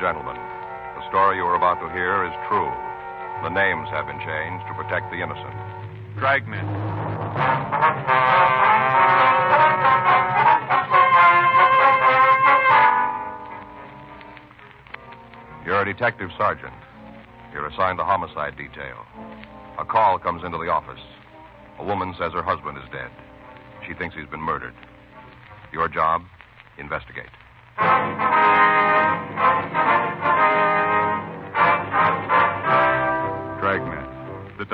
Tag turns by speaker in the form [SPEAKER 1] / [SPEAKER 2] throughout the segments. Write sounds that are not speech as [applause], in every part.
[SPEAKER 1] gentlemen, the story you are about to hear is true. The names have been changed to protect the innocent.
[SPEAKER 2] Dragnet.
[SPEAKER 1] You're a detective sergeant. You're assigned to homicide detail. A call comes into the office. A woman says her husband is dead. She thinks he's been murdered. Your job? Investigate.
[SPEAKER 2] Dragnet. The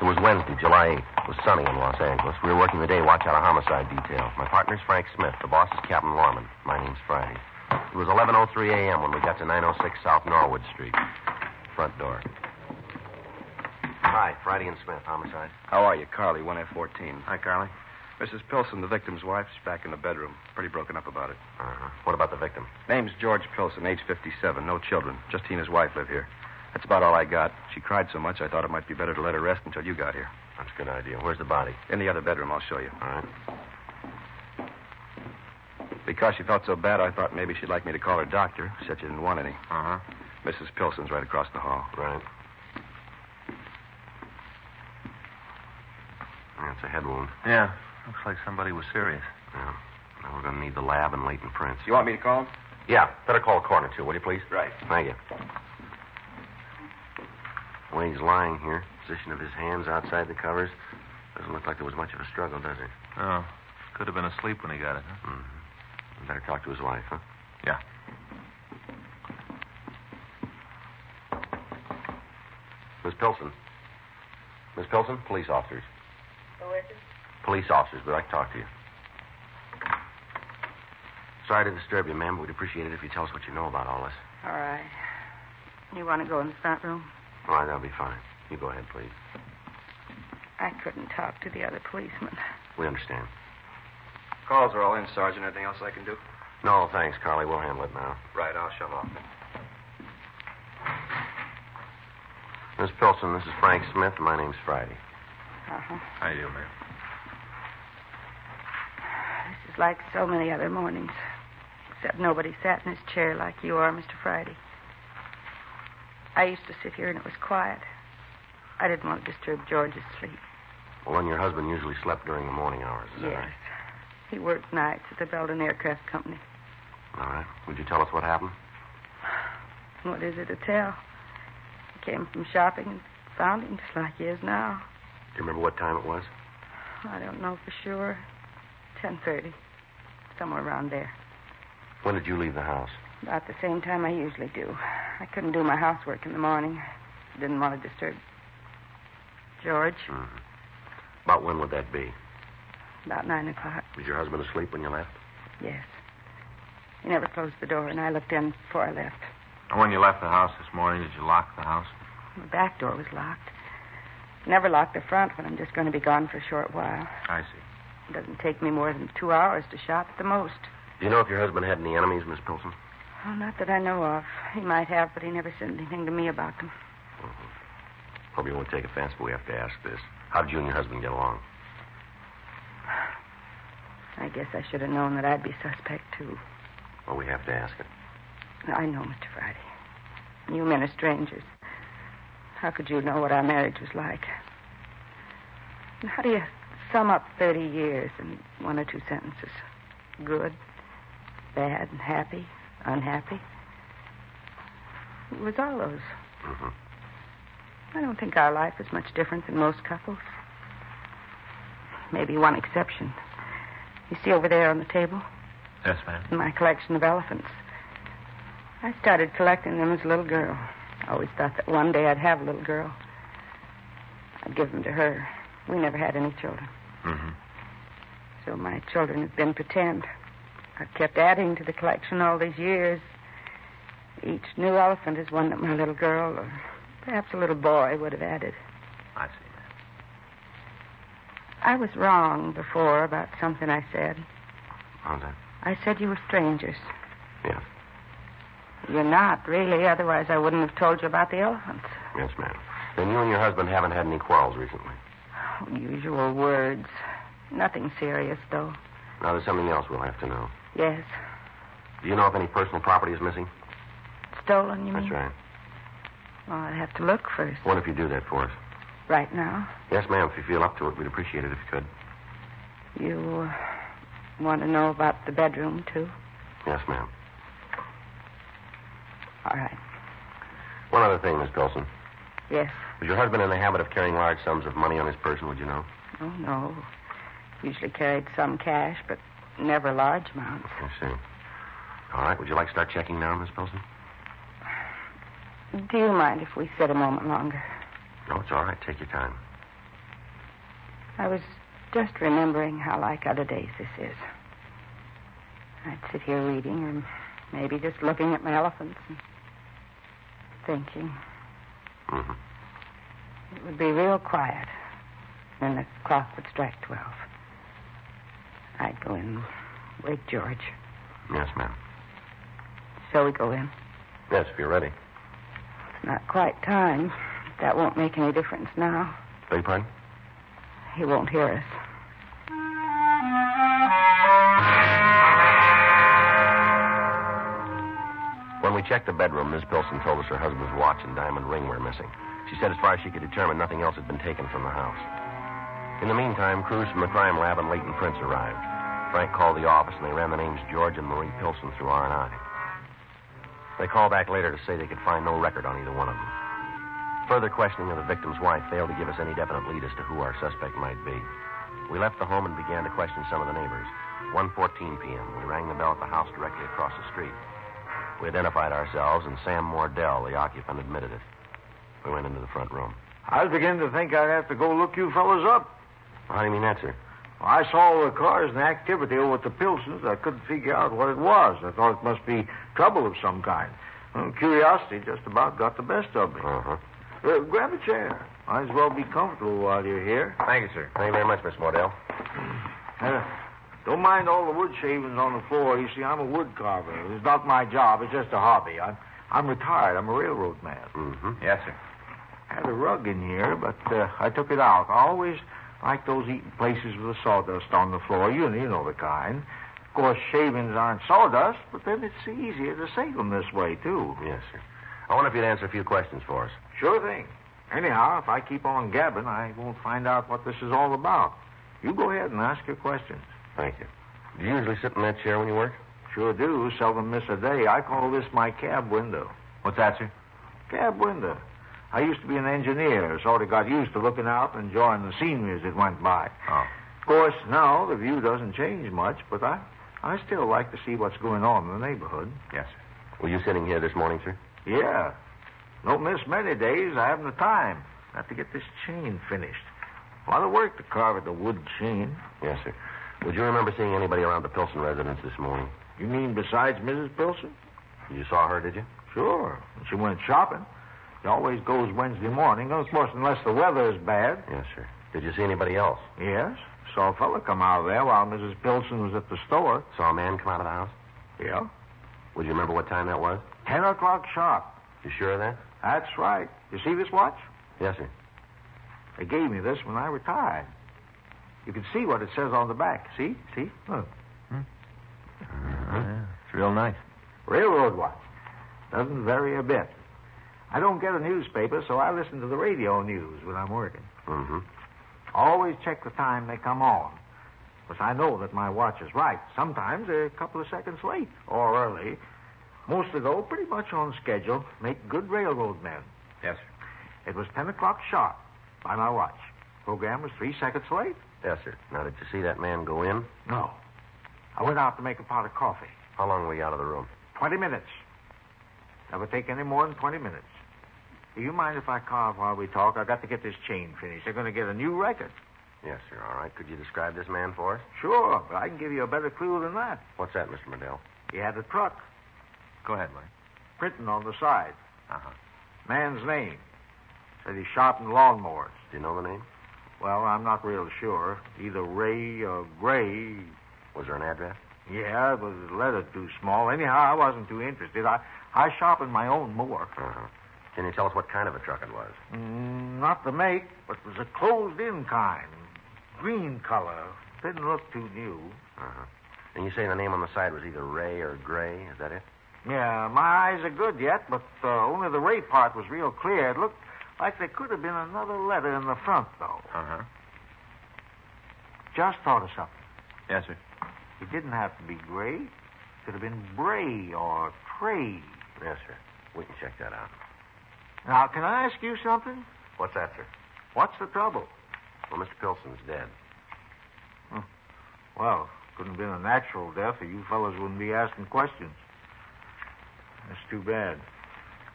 [SPEAKER 3] It was Wednesday, July 8th. It was sunny in Los Angeles. We were working the day watch out of homicide detail. My partner's Frank Smith. The boss is Captain Lorman. My name's Friday. It was 11.03 a.m. when we got to 906 South Norwood Street. Front door. Hi, Friday and Smith, homicide.
[SPEAKER 4] How are you, Carly? 1F14. Hi, Carly. Mrs. Pilson, the victim's wife, is back in the bedroom. Pretty broken up about it.
[SPEAKER 3] Uh-huh. What about the victim?
[SPEAKER 4] Name's George Pilson, age 57. No children. Just he and his wife live here. That's about all I got. She cried so much I thought it might be better to let her rest until you got here.
[SPEAKER 3] That's a good idea. Where's the body?
[SPEAKER 4] In the other bedroom, I'll show you.
[SPEAKER 3] All right.
[SPEAKER 4] Because she felt so bad, I thought maybe she'd like me to call her doctor. Said she didn't want any.
[SPEAKER 3] Uh-huh.
[SPEAKER 4] Mrs. Pilson's right across the hall.
[SPEAKER 3] Right. That's a head wound.
[SPEAKER 5] Yeah, looks like somebody was serious.
[SPEAKER 3] Yeah. Now we're going to need the lab and latent prints.
[SPEAKER 4] You want me to call him?
[SPEAKER 3] Yeah, better call the coroner, too, will you, please?
[SPEAKER 4] Right.
[SPEAKER 3] Thank you. The way he's lying here, position of his hands outside the covers, doesn't look like there was much of a struggle, does it?
[SPEAKER 5] Oh, could have been asleep when he got it, huh?
[SPEAKER 3] Mm-hmm. Better talk to his wife, huh?
[SPEAKER 5] Yeah.
[SPEAKER 3] Miss Pilson. Miss Pilson, police officers.
[SPEAKER 6] Who is it?
[SPEAKER 3] Police officers, we'd like to talk to you. Sorry to disturb you, ma'am, but we'd appreciate it if you tell us what you know about all this.
[SPEAKER 6] All right. You want to go in the front room?
[SPEAKER 3] All right, that'll be fine. You go ahead, please.
[SPEAKER 6] I couldn't talk to the other policeman.
[SPEAKER 3] We understand.
[SPEAKER 4] Calls are all in, Sergeant. Anything else I can do?
[SPEAKER 3] No, thanks, Carly. We'll handle it now.
[SPEAKER 4] Right, I'll shove off.
[SPEAKER 3] Miss Pilson, this is Frank Smith. My name's Friday.
[SPEAKER 6] Uh-huh.
[SPEAKER 5] How you doing, ma'am?
[SPEAKER 6] This is like so many other mornings. Except nobody sat in his chair like you are, Mr. Friday. I used to sit here and it was quiet. I didn't want to disturb George's sleep.
[SPEAKER 3] Well, and your husband usually slept during the morning hours, is that
[SPEAKER 6] Yes.
[SPEAKER 3] right?
[SPEAKER 6] He worked nights at the Belden Aircraft Company.
[SPEAKER 3] All right. Would you tell us what happened?
[SPEAKER 6] What is it to tell? He came from shopping and found him just like he is now.
[SPEAKER 3] Do you remember what time it was?
[SPEAKER 6] I don't know for sure. Ten thirty. Somewhere around there.
[SPEAKER 3] When did you leave the house?
[SPEAKER 6] About the same time I usually do. I couldn't do my housework in the morning. Didn't want to disturb George.
[SPEAKER 3] Mm-hmm. About when would that be?
[SPEAKER 6] About nine o'clock.
[SPEAKER 3] Was your husband asleep when you left?
[SPEAKER 6] Yes. He never closed the door, and I looked in before I left.
[SPEAKER 5] And when you left the house this morning, did you lock the house?
[SPEAKER 6] The back door was locked. Never lock the front when I'm just going to be gone for a short while.
[SPEAKER 5] I see.
[SPEAKER 6] It doesn't take me more than two hours to shop at the most.
[SPEAKER 3] Do you know if your husband had any enemies, Miss Pilson?
[SPEAKER 6] Oh, not that I know of. He might have, but he never said anything to me about them.
[SPEAKER 3] Hope you won't take offense, but we have to ask this. How did you and your husband get along?
[SPEAKER 6] I guess I should have known that I'd be suspect, too.
[SPEAKER 3] Well, we have to ask it.
[SPEAKER 6] I know, Mr. Friday. You men are strangers. How could you know what our marriage was like? And How do you sum up 30 years in one or two sentences? Good, bad, and happy, unhappy? It was all those.
[SPEAKER 3] Mm-hmm.
[SPEAKER 6] I don't think our life is much different than most couples. Maybe one exception. You see over there on the table?
[SPEAKER 5] Yes, ma'am.
[SPEAKER 6] my collection of elephants. I started collecting them as a little girl. I always thought that one day I'd have a little girl. I'd give them to her. We never had any children,
[SPEAKER 5] Mm-hmm.
[SPEAKER 6] so my children have been pretend. I've kept adding to the collection all these years. Each new elephant is one that my little girl, or perhaps a little boy, would have added.
[SPEAKER 5] I see, ma'am.
[SPEAKER 6] I was wrong before about something I said.
[SPEAKER 3] How's that?
[SPEAKER 6] I said you were strangers.
[SPEAKER 3] Yes.
[SPEAKER 6] You're not, really. Otherwise, I wouldn't have told you about the elephants.
[SPEAKER 3] Yes, ma'am. Then you and your husband haven't had any quarrels recently.
[SPEAKER 6] Usual words. Nothing serious, though.
[SPEAKER 3] Now, there's something else we'll have to know.
[SPEAKER 6] Yes.
[SPEAKER 3] Do you know if any personal property is missing?
[SPEAKER 6] Stolen, you mean?
[SPEAKER 3] That's right.
[SPEAKER 6] Well, I'd have to look first.
[SPEAKER 3] What if you do that for us?
[SPEAKER 6] Right now,
[SPEAKER 3] Yes, ma'am. If you feel up to it, we'd appreciate it if you could.
[SPEAKER 6] you uh, want to know about the bedroom, too?
[SPEAKER 3] Yes, ma'am.
[SPEAKER 6] All right.
[SPEAKER 3] One other thing, Miss Pilson.
[SPEAKER 6] Yes.
[SPEAKER 3] Was your husband in the habit of carrying large sums of money on his person, would you know?
[SPEAKER 6] Oh, no. Usually carried some cash, but never large amounts.
[SPEAKER 3] I see. All right. Would you like to start checking now, Miss Pilson?
[SPEAKER 6] Do you mind if we sit a moment longer?
[SPEAKER 3] No, it's all right. Take your time.
[SPEAKER 6] I was just remembering how like other days this is. I'd sit here reading and maybe just looking at my elephants and thinking.
[SPEAKER 3] Mm-hmm.
[SPEAKER 6] It would be real quiet. Then the clock would strike twelve. I'd go in, wake George.
[SPEAKER 3] Yes, ma'am.
[SPEAKER 6] Shall we go in?
[SPEAKER 3] Yes, if you're ready.
[SPEAKER 6] It's not quite time. That won't make any difference now.
[SPEAKER 3] Beg your pardon?
[SPEAKER 6] He won't hear us.
[SPEAKER 3] When we checked the bedroom, Miss Pilson told us her husband's watch and diamond ring were missing. She said as far as she could determine, nothing else had been taken from the house. In the meantime, crews from the crime lab and Leighton Prince arrived. Frank called the office, and they ran the names George and Marie Pilson through R&I. They called back later to say they could find no record on either one of them. Further questioning of the victim's wife failed to give us any definite lead as to who our suspect might be. We left the home and began to question some of the neighbors. 1.14 p.m., we rang the bell at the house directly across the street. We identified ourselves, and Sam Mordell, the occupant, admitted it. We went into the front room.
[SPEAKER 7] I was beginning to think I'd have to go look you fellas up.
[SPEAKER 3] Well, how do you mean that, sir?
[SPEAKER 7] I saw all the cars and the activity over at the Pilsons. I couldn't figure out what it was. I thought it must be trouble of some kind. Well, curiosity just about got the best of me.
[SPEAKER 3] Uh-huh.
[SPEAKER 7] Uh, grab a chair. Might as well be comfortable while you're here.
[SPEAKER 5] Thank you, sir.
[SPEAKER 3] Thank you very much, Miss Mordell.
[SPEAKER 7] Uh, don't mind all the wood shavings on the floor. You see, I'm a wood carver. It's not my job. It's just a hobby. I'm, I'm retired. I'm a railroad man.
[SPEAKER 3] Mm-hmm.
[SPEAKER 5] Yes, sir.
[SPEAKER 7] had a rug in here, but uh, I took it out. I always like those eating places with the sawdust on the floor. You, you know the kind. Of course, shavings aren't sawdust, but then it's easier to save them this way, too.
[SPEAKER 3] Yes, sir. I wonder if you'd answer a few questions for us.
[SPEAKER 7] Sure thing. Anyhow, if I keep on gabbing, I won't find out what this is all about. You go ahead and ask your questions.
[SPEAKER 3] Thank you. Do you usually sit in that chair when you work?
[SPEAKER 7] Sure do. Seldom miss a day. I call this my cab window.
[SPEAKER 5] What's that, sir?
[SPEAKER 7] Cab window. I used to be an engineer, sort of got used to looking out and enjoying the scenery as it went by.
[SPEAKER 5] Oh.
[SPEAKER 7] Of course, now the view doesn't change much, but I, I still like to see what's going on in the neighborhood.
[SPEAKER 5] Yes, sir.
[SPEAKER 3] Were you sitting here this morning, sir?
[SPEAKER 7] Yeah. Don't miss many days. I haven't the time. Have to get this chain finished. A lot of work to carve at the wood chain.
[SPEAKER 3] Yes, sir. Would you remember seeing anybody around the Pilson residence this morning?
[SPEAKER 7] You mean besides Mrs. Pilson?
[SPEAKER 3] You saw her, did you?
[SPEAKER 7] Sure. She went shopping. She always goes Wednesday morning, of course, unless the weather is bad.
[SPEAKER 3] Yes, sir. Did you see anybody else?
[SPEAKER 7] Yes. Saw a fella come out of there while Mrs. Pilson was at the store.
[SPEAKER 3] Saw a man come out of the house?
[SPEAKER 7] Yeah.
[SPEAKER 3] Would you remember what time that was?
[SPEAKER 7] Ten o'clock sharp.
[SPEAKER 3] You sure of that?
[SPEAKER 7] That's right. You see this watch?
[SPEAKER 3] Yes, sir.
[SPEAKER 7] They gave me this when I retired. You can see what it says on the back. See? See? Look.
[SPEAKER 5] Yeah, Mm-hmm. it's real nice.
[SPEAKER 7] Railroad watch. Doesn't vary a bit. I don't get a newspaper, so I listen to the radio news when I'm working.
[SPEAKER 3] Mm-hmm.
[SPEAKER 7] Always check the time they come on. Because I know that my watch is right. Sometimes they're a couple of seconds late or early. Mostly, though, pretty much on schedule. Make good railroad men.
[SPEAKER 5] Yes, sir.
[SPEAKER 7] It was 10 o'clock sharp by my watch. Program was three seconds late.
[SPEAKER 3] Yes, sir. Now, did you see that man go in?
[SPEAKER 7] No. I went out to make a pot of coffee.
[SPEAKER 3] How long were you out of the room?
[SPEAKER 7] Twenty minutes. Never take any more than twenty minutes. Do you mind if I carve while we talk? I got to get this chain finished. They're going to get a new record.
[SPEAKER 3] Yes, sir. All right. Could you describe this man for us?
[SPEAKER 7] Sure, but I can give you a better clue than that.
[SPEAKER 3] What's that, Mr. Mordell?
[SPEAKER 7] He had a truck,
[SPEAKER 5] Go ahead, Larry.
[SPEAKER 7] printing on the side.
[SPEAKER 5] Uh-huh.
[SPEAKER 7] Man's name. Said he sharpened lawnmowers.
[SPEAKER 3] Do you know the name?
[SPEAKER 7] Well, I'm not real sure. Either Ray or Gray.
[SPEAKER 3] Was there an address?
[SPEAKER 7] Yeah, it was a letter too small. Anyhow, I wasn't too interested. I, I shop in my own morgue.
[SPEAKER 3] Uh-huh. Can you tell us what kind of a truck it was?
[SPEAKER 7] Mm, not the make, but it was a closed-in kind. Green color. Didn't look too new.
[SPEAKER 3] Uh-huh. And you say the name on the side was either Ray or Gray. Is that it?
[SPEAKER 7] Yeah, my eyes are good yet, but uh, only the Ray part was real clear. It looked like there could have been another letter in the front, though.
[SPEAKER 5] Uh-huh.
[SPEAKER 7] Just thought of something.
[SPEAKER 5] Yes, sir.
[SPEAKER 7] It didn't have to be Gray. Could have been Bray or Trey.
[SPEAKER 3] Yes, sir. We can check that out.
[SPEAKER 7] Now, can I ask you something?
[SPEAKER 3] What's that, sir?
[SPEAKER 7] What's the trouble?
[SPEAKER 3] Well, Mr. Pilson's dead.
[SPEAKER 7] Well, couldn't have been a natural death, or you fellows wouldn't be asking questions. That's too bad.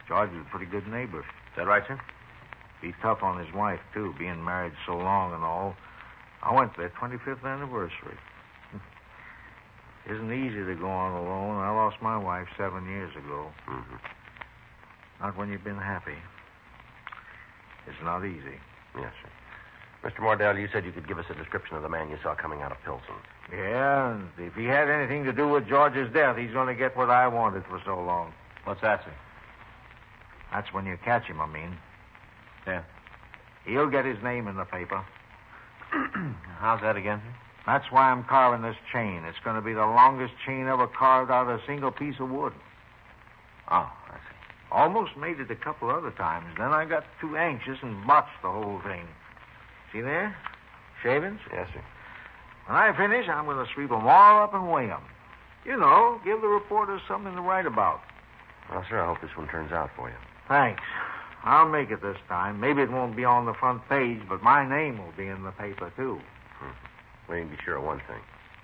[SPEAKER 7] George is a pretty good neighbor.
[SPEAKER 5] Is that right, sir?
[SPEAKER 7] Be tough on his wife, too, being married so long and all. I went to their 25th anniversary. [laughs] Isn't easy to go on alone. I lost my wife seven years ago.
[SPEAKER 3] Mm-hmm.
[SPEAKER 7] Not when you've been happy. It's not easy.
[SPEAKER 3] Yes, sir. Mr. Mordell, you said you could give us a description of the man you saw coming out of Pilsen.
[SPEAKER 7] Yeah, and if he had anything to do with George's death, he's going to get what I wanted for so long.
[SPEAKER 5] What's that, sir?
[SPEAKER 7] That's when you catch him, I mean.
[SPEAKER 5] Yeah.
[SPEAKER 7] He'll get his name in the paper.
[SPEAKER 5] [clears throat] How's that again, sir?
[SPEAKER 7] That's why I'm carving this chain. It's going to be the longest chain ever carved out of a single piece of wood.
[SPEAKER 5] Oh, I see.
[SPEAKER 7] Almost made it a couple other times. Then I got too anxious and botched the whole thing. See there? Shavings?
[SPEAKER 3] Yes, sir.
[SPEAKER 7] When I finish, I'm going to sweep 'em all up and weigh 'em. You know, give the reporters something to write about.
[SPEAKER 3] Well, sir, I hope this one turns out for you.
[SPEAKER 7] Thanks. I'll make it this time. Maybe it won't be on the front page, but my name will be in the paper, too.
[SPEAKER 3] We can be sure of one thing.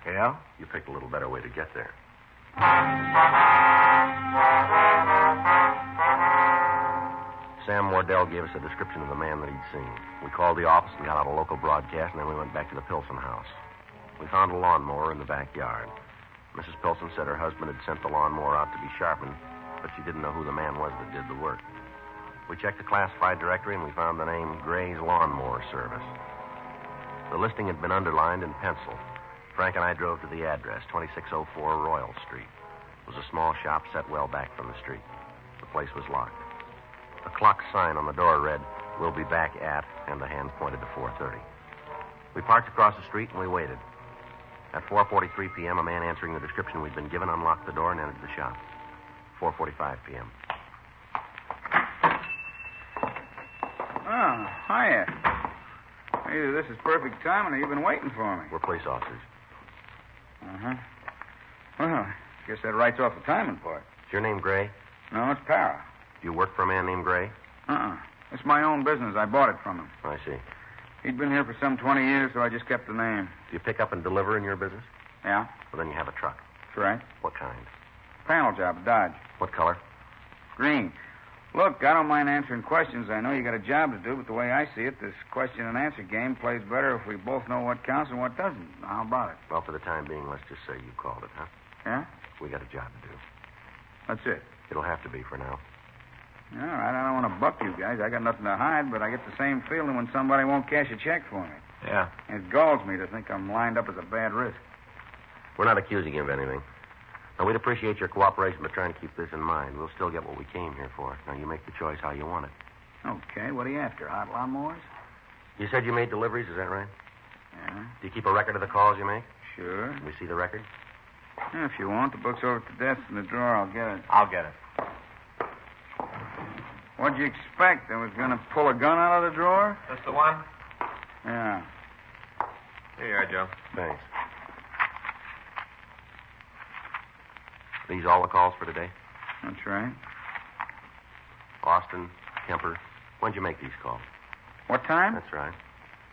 [SPEAKER 7] Yeah?
[SPEAKER 3] You picked a little better way to get there. Sam Wardell gave us a description of the man that he'd seen. We called the office and got out a local broadcast, and then we went back to the Pilson house. We found a lawnmower in the backyard. Mrs. Pilson said her husband had sent the lawnmower out to be sharpened, but she didn't know who the man was that did the work. We checked the classified directory, and we found the name Gray's Lawnmower Service. The listing had been underlined in pencil. Frank and I drove to the address, 2604 Royal Street. It was a small shop set well back from the street. The place was locked. The clock sign on the door read, We'll be back at, and the hand pointed to 4.30. We parked across the street and we waited. At 4.43 p.m., a man answering the description we'd been given unlocked the door and entered the shop. 4.45 p.m.
[SPEAKER 8] Oh, hiya. Either this is perfect timing or you've been waiting for me.
[SPEAKER 3] We're police officers.
[SPEAKER 8] Uh-huh. Well, guess that writes off the timing part.
[SPEAKER 3] Is your name Gray?
[SPEAKER 8] No, it's Para.
[SPEAKER 3] Do you work for a man named Gray?
[SPEAKER 8] Uh-uh. It's my own business. I bought it from him.
[SPEAKER 3] I see.
[SPEAKER 8] He'd been here for some 20 years, so I just kept the name.
[SPEAKER 3] Do you pick up and deliver in your business?
[SPEAKER 8] Yeah,
[SPEAKER 3] Well, then you have a truck.
[SPEAKER 8] that's right.
[SPEAKER 3] What kind?
[SPEAKER 8] Panel job at Dodge.
[SPEAKER 3] What color?
[SPEAKER 8] Green. Look, I don't mind answering questions. I know you got a job to do, but the way I see it, this question and answer game plays better if we both know what counts and what doesn't. How about it?
[SPEAKER 3] Well, for the time being, let's just say you called it, huh?
[SPEAKER 8] Yeah?
[SPEAKER 3] We got a job to do.
[SPEAKER 8] That's it.
[SPEAKER 3] It'll have to be for now.
[SPEAKER 8] All right, I don't want to buck you guys. I got nothing to hide, but I get the same feeling when somebody won't cash a check for me.
[SPEAKER 5] Yeah.
[SPEAKER 8] It galls me to think I'm lined up as a bad risk.
[SPEAKER 3] We're not accusing you of anything. Now, we'd appreciate your cooperation, but try and keep this in mind. We'll still get what we came here for. Now, you make the choice how you want it.
[SPEAKER 8] Okay, what are you after? Hot lawnmowers?
[SPEAKER 3] You said you made deliveries, is that right?
[SPEAKER 8] Yeah,
[SPEAKER 3] Do you keep a record of the calls you make?
[SPEAKER 8] sure.
[SPEAKER 3] Can we see the record?
[SPEAKER 8] Yeah, if you want, the book's over at the desk in the drawer. I'll get it.
[SPEAKER 5] I'll get it.
[SPEAKER 8] What'd you expect? I was going to pull a gun out of the drawer?
[SPEAKER 5] That's the one?
[SPEAKER 8] Yeah.
[SPEAKER 5] Here you are, Joe.
[SPEAKER 3] Thanks. These all the calls for today?
[SPEAKER 8] That's right.
[SPEAKER 3] Austin, Kemper. When'd you make these calls?
[SPEAKER 8] What time?
[SPEAKER 3] That's right.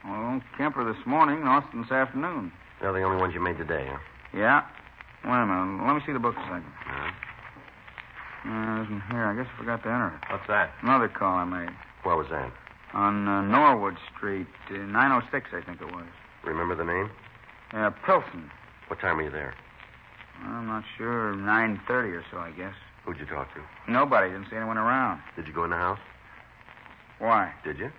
[SPEAKER 8] Well, Kemper this morning, and Austin this afternoon.
[SPEAKER 3] They're the only ones you made today, huh?
[SPEAKER 8] Yeah. Wait a minute. Let me see the book a second.
[SPEAKER 3] Yeah.
[SPEAKER 8] Uh, it isn't here. I guess I forgot to enter it.
[SPEAKER 5] What's that?
[SPEAKER 8] Another call I made
[SPEAKER 3] What was that?
[SPEAKER 8] on uh, Norwood Street, uh, 906, I think it was.
[SPEAKER 3] Remember the name?
[SPEAKER 8] Uh, Pilson.
[SPEAKER 3] What time were you there?
[SPEAKER 8] I'm not sure. 9.30 or so, I guess.
[SPEAKER 3] Who'd you talk to?
[SPEAKER 8] Nobody. Didn't see anyone around.
[SPEAKER 3] Did you go in the house?
[SPEAKER 8] Why?
[SPEAKER 3] Did you?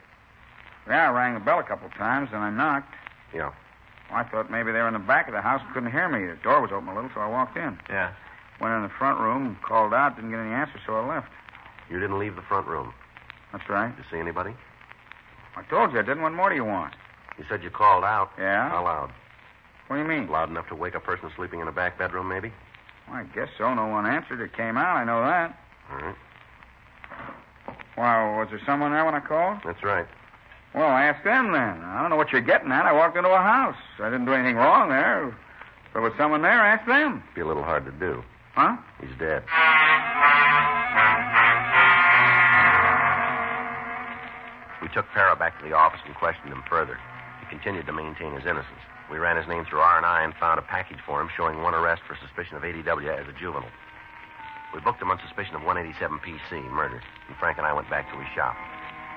[SPEAKER 8] Yeah, I rang the bell a couple of times, and I knocked.
[SPEAKER 3] Yeah.
[SPEAKER 8] Well, I thought maybe they were in the back of the house and couldn't hear me. The door was open a little, so I walked in.
[SPEAKER 5] Yeah.
[SPEAKER 8] Went in the front room, called out, didn't get any answer, so I left.
[SPEAKER 3] You didn't leave the front room.
[SPEAKER 8] That's right.
[SPEAKER 3] Did you see anybody?
[SPEAKER 8] I told you I didn't. What more do you want?
[SPEAKER 3] You said you called out.
[SPEAKER 8] Yeah?
[SPEAKER 3] How loud?
[SPEAKER 8] What do you mean?
[SPEAKER 3] Loud enough to wake a person sleeping in a back bedroom, maybe?
[SPEAKER 8] Well, I guess so. No one answered. It came out. I know that.
[SPEAKER 3] All
[SPEAKER 8] Mm-hmm.
[SPEAKER 3] right.
[SPEAKER 8] Wow, was there someone there when I called?
[SPEAKER 3] That's right.
[SPEAKER 8] Well, I asked them then. I don't know what you're getting at. I walked into a house. I didn't do anything wrong there. If there was someone there, ask them.
[SPEAKER 3] Be a little hard to do.
[SPEAKER 8] Huh?
[SPEAKER 3] He's dead. We took Farah back to the office and questioned him further. He continued to maintain his innocence. We ran his name through R&I and found a package for him showing one arrest for suspicion of ADW as a juvenile. We booked him on suspicion of 187 PC, murder, and Frank and I went back to his shop.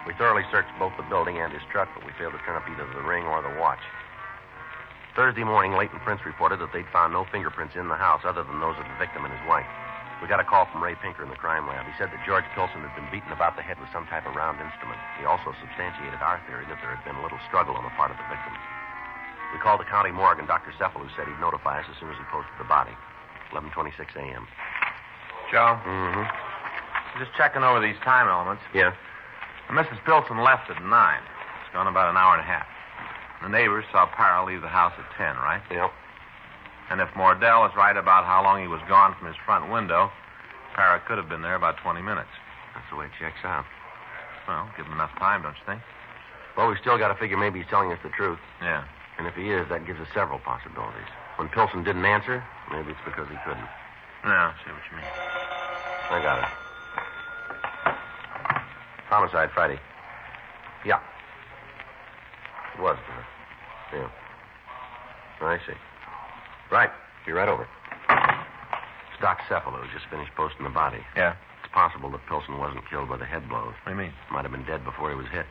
[SPEAKER 3] We thoroughly searched both the building and his truck, but we failed to turn up either the ring or the watch. Thursday morning, Leighton Prince reported that they'd found no fingerprints in the house other than those of the victim and his wife. We got a call from Ray Pinker in the crime lab. He said that George Pilson had been beaten about the head with some type of round instrument. He also substantiated our theory that there had been a little struggle on the part of the victim. We called the county morgue and Dr. Cephal, who said he'd notify us as soon as he posted the body. 11.26 a.m.
[SPEAKER 5] Joe,
[SPEAKER 3] Mm-hmm.
[SPEAKER 5] just checking over these time elements.
[SPEAKER 3] Yeah.
[SPEAKER 5] Mrs. Pilson left at 9. It's gone about an hour and a half. The neighbors saw Parra leave the house at 10, right?
[SPEAKER 3] Yep.
[SPEAKER 5] And if Mordell is right about how long he was gone from his front window, Parra could have been there about 20 minutes.
[SPEAKER 3] That's the way it checks out.
[SPEAKER 5] Well, give him enough time, don't you think?
[SPEAKER 3] Well, we still got to figure maybe he's telling us the truth.
[SPEAKER 5] Yeah.
[SPEAKER 3] And if he is, that gives us several possibilities. When Pilson didn't answer, maybe it's because he couldn't.
[SPEAKER 5] Yeah, I see what you mean.
[SPEAKER 3] I got it. Homicide Friday. Yeah. It was, huh? Yeah. Oh, I see. Right. Be right over. It's Doc Cephalo who just finished posting the body.
[SPEAKER 5] Yeah.
[SPEAKER 3] It's possible that Pilson wasn't killed by the head blows.
[SPEAKER 5] What do you mean?
[SPEAKER 3] Might have been dead before he was hit.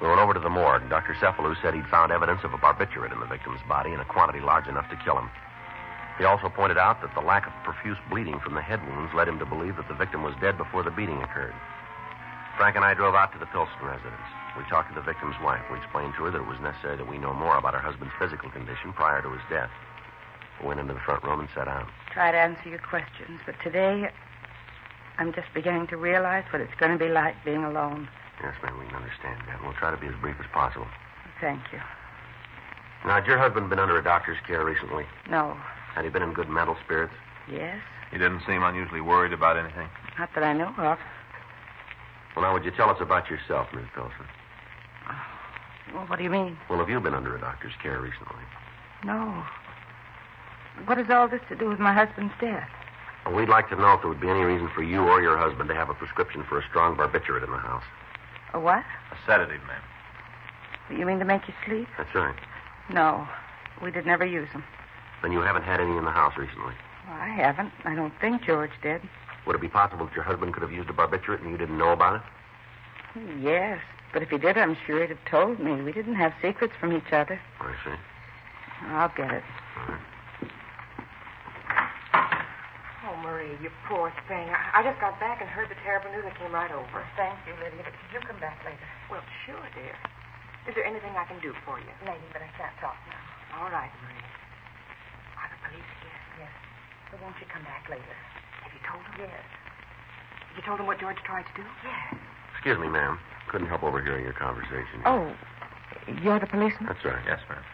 [SPEAKER 3] We went over to the morgue. Dr. Cephalou said he'd found evidence of a barbiturate in the victim's body in a quantity large enough to kill him. He also pointed out that the lack of profuse bleeding from the head wounds led him to believe that the victim was dead before the beating occurred. Frank and I drove out to the Pilson residence. We talked to the victim's wife. We explained to her that it was necessary that we know more about her husband's physical condition prior to his death. We went into the front room and sat down.
[SPEAKER 6] Try to answer your questions, but today I'm just beginning to realize what it's going to be like being alone.
[SPEAKER 3] Yes, ma'am, we can understand that. We'll try to be as brief as possible.
[SPEAKER 6] Thank you.
[SPEAKER 3] Now, had your husband been under a doctor's care recently?
[SPEAKER 6] No.
[SPEAKER 3] Had he been in good mental spirits?
[SPEAKER 6] Yes?
[SPEAKER 5] He didn't seem unusually worried about anything.
[SPEAKER 6] Not that I know of.
[SPEAKER 3] Well, now, would you tell us about yourself, Miss Pilson?
[SPEAKER 6] Well, what do you mean?
[SPEAKER 3] Well, have you been under a doctor's care recently?
[SPEAKER 6] No. What has all this to do with my husband's death?
[SPEAKER 3] Well, we'd like to know if there would be any reason for you or your husband to have a prescription for a strong barbiturate in the house.
[SPEAKER 6] A what?
[SPEAKER 5] A sedative, ma'am.
[SPEAKER 6] You mean to make you sleep?
[SPEAKER 3] That's right.
[SPEAKER 6] No. We did never use them.
[SPEAKER 3] Then you haven't had any in the house recently.
[SPEAKER 6] Well, I haven't. I don't think George did.
[SPEAKER 3] Would it be possible that your husband could have used a barbiturate and you didn't know about it?
[SPEAKER 6] Yes. But if he did, I'm sure he'd have told me. We didn't have secrets from each other.
[SPEAKER 3] I see.
[SPEAKER 6] I'll get it.
[SPEAKER 9] Oh, Marie, you poor thing. I, I just got back and heard the terrible news and came right over.
[SPEAKER 6] Thank you, Lydia. But you come back later.
[SPEAKER 9] Well, sure, dear. Is there anything I can do for you?
[SPEAKER 6] Lady, but I can't talk now.
[SPEAKER 9] All right, Marie. Are the police here?
[SPEAKER 6] Yes. But won't you come back later?
[SPEAKER 9] Have you told them?
[SPEAKER 6] Yes.
[SPEAKER 9] You told them what George tried to do? Yes.
[SPEAKER 3] Excuse me, ma'am. Couldn't help overhearing your conversation.
[SPEAKER 9] Oh, you're the policeman?
[SPEAKER 3] That's right.
[SPEAKER 5] Yes, ma'am.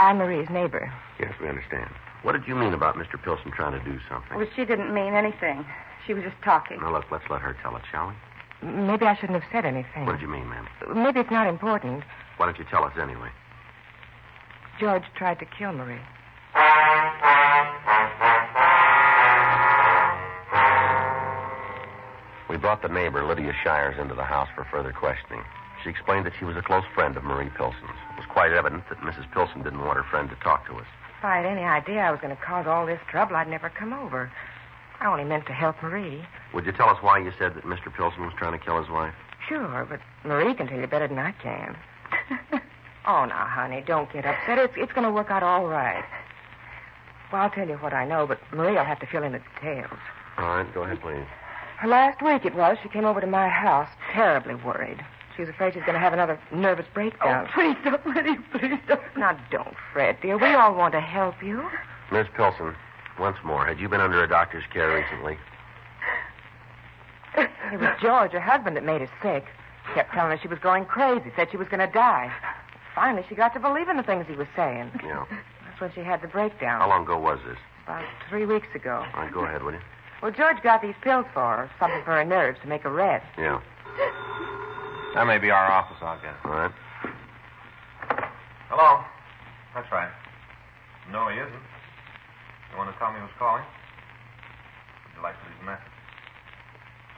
[SPEAKER 9] I'm Marie's neighbor.
[SPEAKER 3] Yes, we understand. What did you mean about Mr. Pilson trying to do something?
[SPEAKER 6] Well, she didn't mean anything. She was just talking.
[SPEAKER 3] Now, look, let's let her tell it, shall we?
[SPEAKER 9] Maybe I shouldn't have said anything.
[SPEAKER 3] What did you mean, ma'am?
[SPEAKER 9] Maybe it's not important.
[SPEAKER 3] Why don't you tell us anyway?
[SPEAKER 9] George tried to kill Marie.
[SPEAKER 3] We brought the neighbor, Lydia Shires, into the house for further questioning. She explained that she was a close friend of Marie Pilson's. It was quite evident that Mrs. Pilson didn't want her friend to talk to us.
[SPEAKER 9] If I had any idea I was going to cause all this trouble, I'd never come over. I only meant to help Marie.
[SPEAKER 3] Would you tell us why you said that Mr. Pilson was trying to kill his wife?
[SPEAKER 9] Sure, but Marie can tell you better than I can. oh, now, honey, don't get upset. It's, it's going to work out all right. Well, I'll tell you what I know, but Marie will have to fill in the details.
[SPEAKER 3] All right, go ahead, please.
[SPEAKER 9] Last week it was, she came over to my house terribly worried. She was afraid she was going to have another nervous breakdown.
[SPEAKER 10] Oh, please don't, Lenny. Please don't.
[SPEAKER 9] Now, don't fret, dear. We all want to help you.
[SPEAKER 3] Miss Pilson, once more, had you been under a doctor's care recently?
[SPEAKER 9] It was George, her husband, that made her sick. Kept telling her she was going crazy, said she was going to die. Finally, she got to believe in the things he was saying.
[SPEAKER 3] Yeah.
[SPEAKER 9] That's when she had the breakdown.
[SPEAKER 3] How long ago was this?
[SPEAKER 9] About three weeks ago.
[SPEAKER 3] All right, go ahead, will you?
[SPEAKER 9] Well, George got these pills for her, something for her nerves to make her rest.
[SPEAKER 3] Yeah.
[SPEAKER 5] That may be our office, I'll guess.
[SPEAKER 3] All right.
[SPEAKER 5] Hello. That's right. No, he isn't. You want to tell me who's calling? Would you like to leave a message?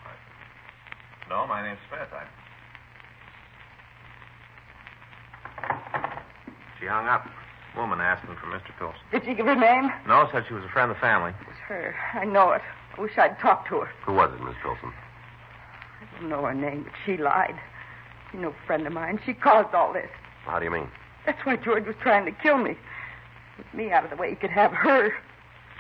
[SPEAKER 5] All right. No, my name's Smith. I. She hung up. Woman asked him for Mr. Pilson.
[SPEAKER 10] Did she give her name?
[SPEAKER 5] No, said she was a friend of the family.
[SPEAKER 10] It was her. I know it. I wish I'd talked to her.
[SPEAKER 3] Who was it, Miss Pilson?
[SPEAKER 10] I don't know her name, but she lied. She's no friend of mine. She caused all this.
[SPEAKER 3] How do you mean?
[SPEAKER 10] That's why George was trying to kill me. With me out of the way, he could have her.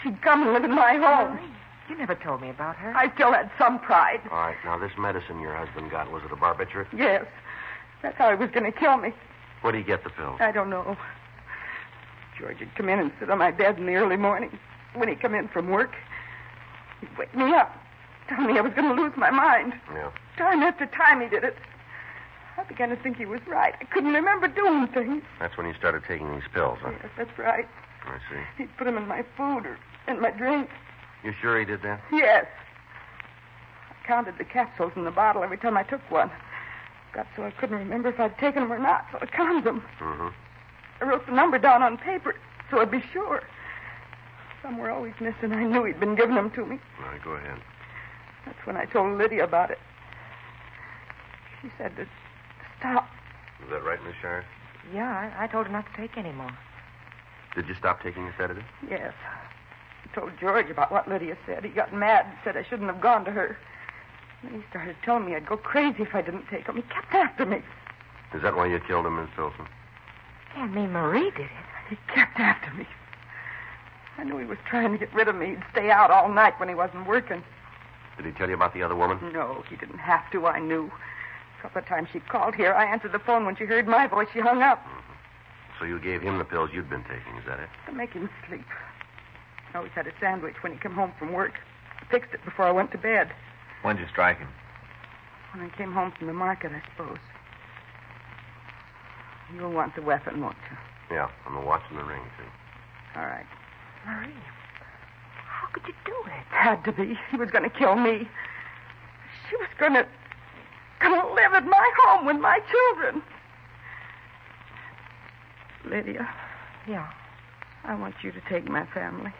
[SPEAKER 10] She'd come and live in my home.
[SPEAKER 9] Marie, you never told me about her.
[SPEAKER 10] I still had some pride.
[SPEAKER 3] All right, now this medicine your husband got, was it a barbiturate?
[SPEAKER 10] Yes. That's how he was going to kill me.
[SPEAKER 3] Where did he get the pills?
[SPEAKER 10] I don't know. George would come in and sit on my bed in the early morning. When he come in from work, he'd wake me up, tell me I was going to lose my mind.
[SPEAKER 3] Yeah.
[SPEAKER 10] Time after time he did it. I began to think he was right. I couldn't remember doing things.
[SPEAKER 3] That's when you started taking these pills, huh?
[SPEAKER 10] Yes, that's right.
[SPEAKER 3] I see.
[SPEAKER 10] He'd put them in my food or in my drink.
[SPEAKER 3] You sure he did that?
[SPEAKER 10] Yes. I counted the capsules in the bottle every time I took one. Got so I couldn't remember if I'd taken them or not, so I counted them.
[SPEAKER 3] Mm-hmm.
[SPEAKER 10] I wrote the number down on paper so I'd be sure. Some were always missing. I knew he'd been giving them to me.
[SPEAKER 3] All right, go ahead.
[SPEAKER 10] That's when I told Lydia about it. She said to stop.
[SPEAKER 3] Is that right, Miss Shire?
[SPEAKER 9] Yeah, I, I told her not to take any more.
[SPEAKER 3] Did you stop taking the sedative?
[SPEAKER 10] Yes. I told George about what Lydia said. He got mad and said I shouldn't have gone to her. Then he started telling me I'd go crazy if I didn't take them. He kept after me.
[SPEAKER 3] Is that why you killed him, Miss Pilson?
[SPEAKER 9] Can't mean Marie did it.
[SPEAKER 10] He kept after me. I knew he was trying to get rid of me. He'd stay out all night when he wasn't working.
[SPEAKER 3] Did he tell you about the other woman?
[SPEAKER 10] No, he didn't have to. I knew. A couple of times she called here. I answered the phone. When she heard my voice, she hung up
[SPEAKER 3] So you gave him the pills you'd been taking, is that it?
[SPEAKER 10] to make him sleep. I always had a sandwich when he came home from work. I fixed it before I went to bed.
[SPEAKER 5] When'd you strike him?
[SPEAKER 10] When I came home from the market, I suppose. You'll want the weapon, won't you?
[SPEAKER 3] Yeah, on the watch and the ring, too.
[SPEAKER 10] All right.
[SPEAKER 9] Marie, how could you do it?
[SPEAKER 10] Had to be. He was going to kill me. She was going to going to live at my home with my children. Lydia,
[SPEAKER 9] Yeah.
[SPEAKER 10] I want you to take my family,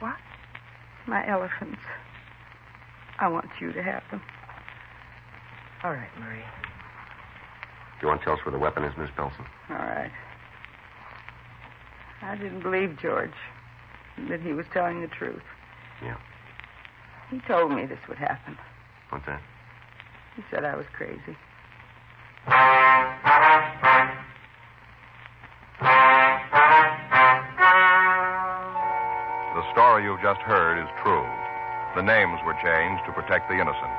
[SPEAKER 9] What?
[SPEAKER 10] my elephants. I want you to have them.
[SPEAKER 9] All right, Marie.
[SPEAKER 3] You want to tell us where the weapon is, Miss Pilson?
[SPEAKER 10] All right. I didn't believe George that he was telling the truth.
[SPEAKER 3] Yeah.
[SPEAKER 10] He told me this would happen.
[SPEAKER 3] What's that?
[SPEAKER 10] He said I was crazy.
[SPEAKER 1] The story you've just heard is true. The names were changed to protect the innocent.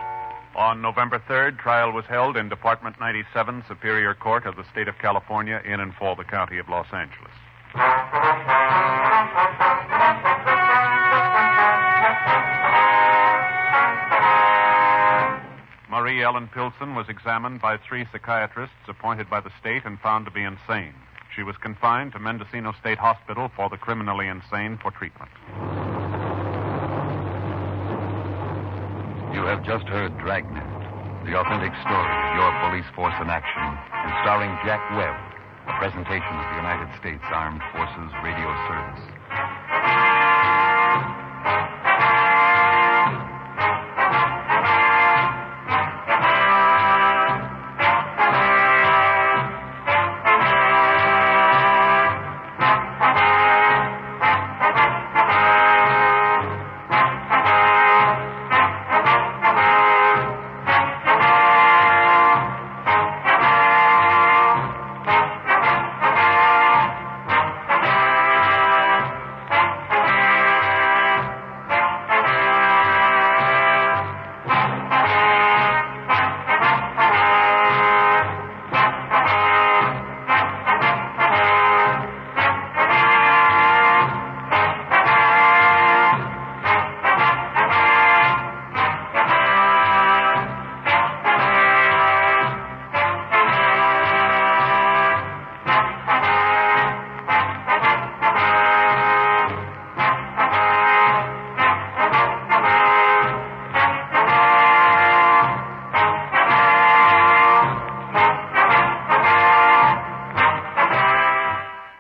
[SPEAKER 2] On November 3rd, trial was held in Department 97, Superior Court of the State of California, in and for the County of Los Angeles. Marie Ellen Pilson was examined by three psychiatrists appointed by the state and found to be insane. She was confined to Mendocino State Hospital for the criminally insane for treatment.
[SPEAKER 1] You have just heard Dragnet, the authentic story of your police force in action, and starring Jack Webb, a presentation of the United States Armed Forces Radio Service.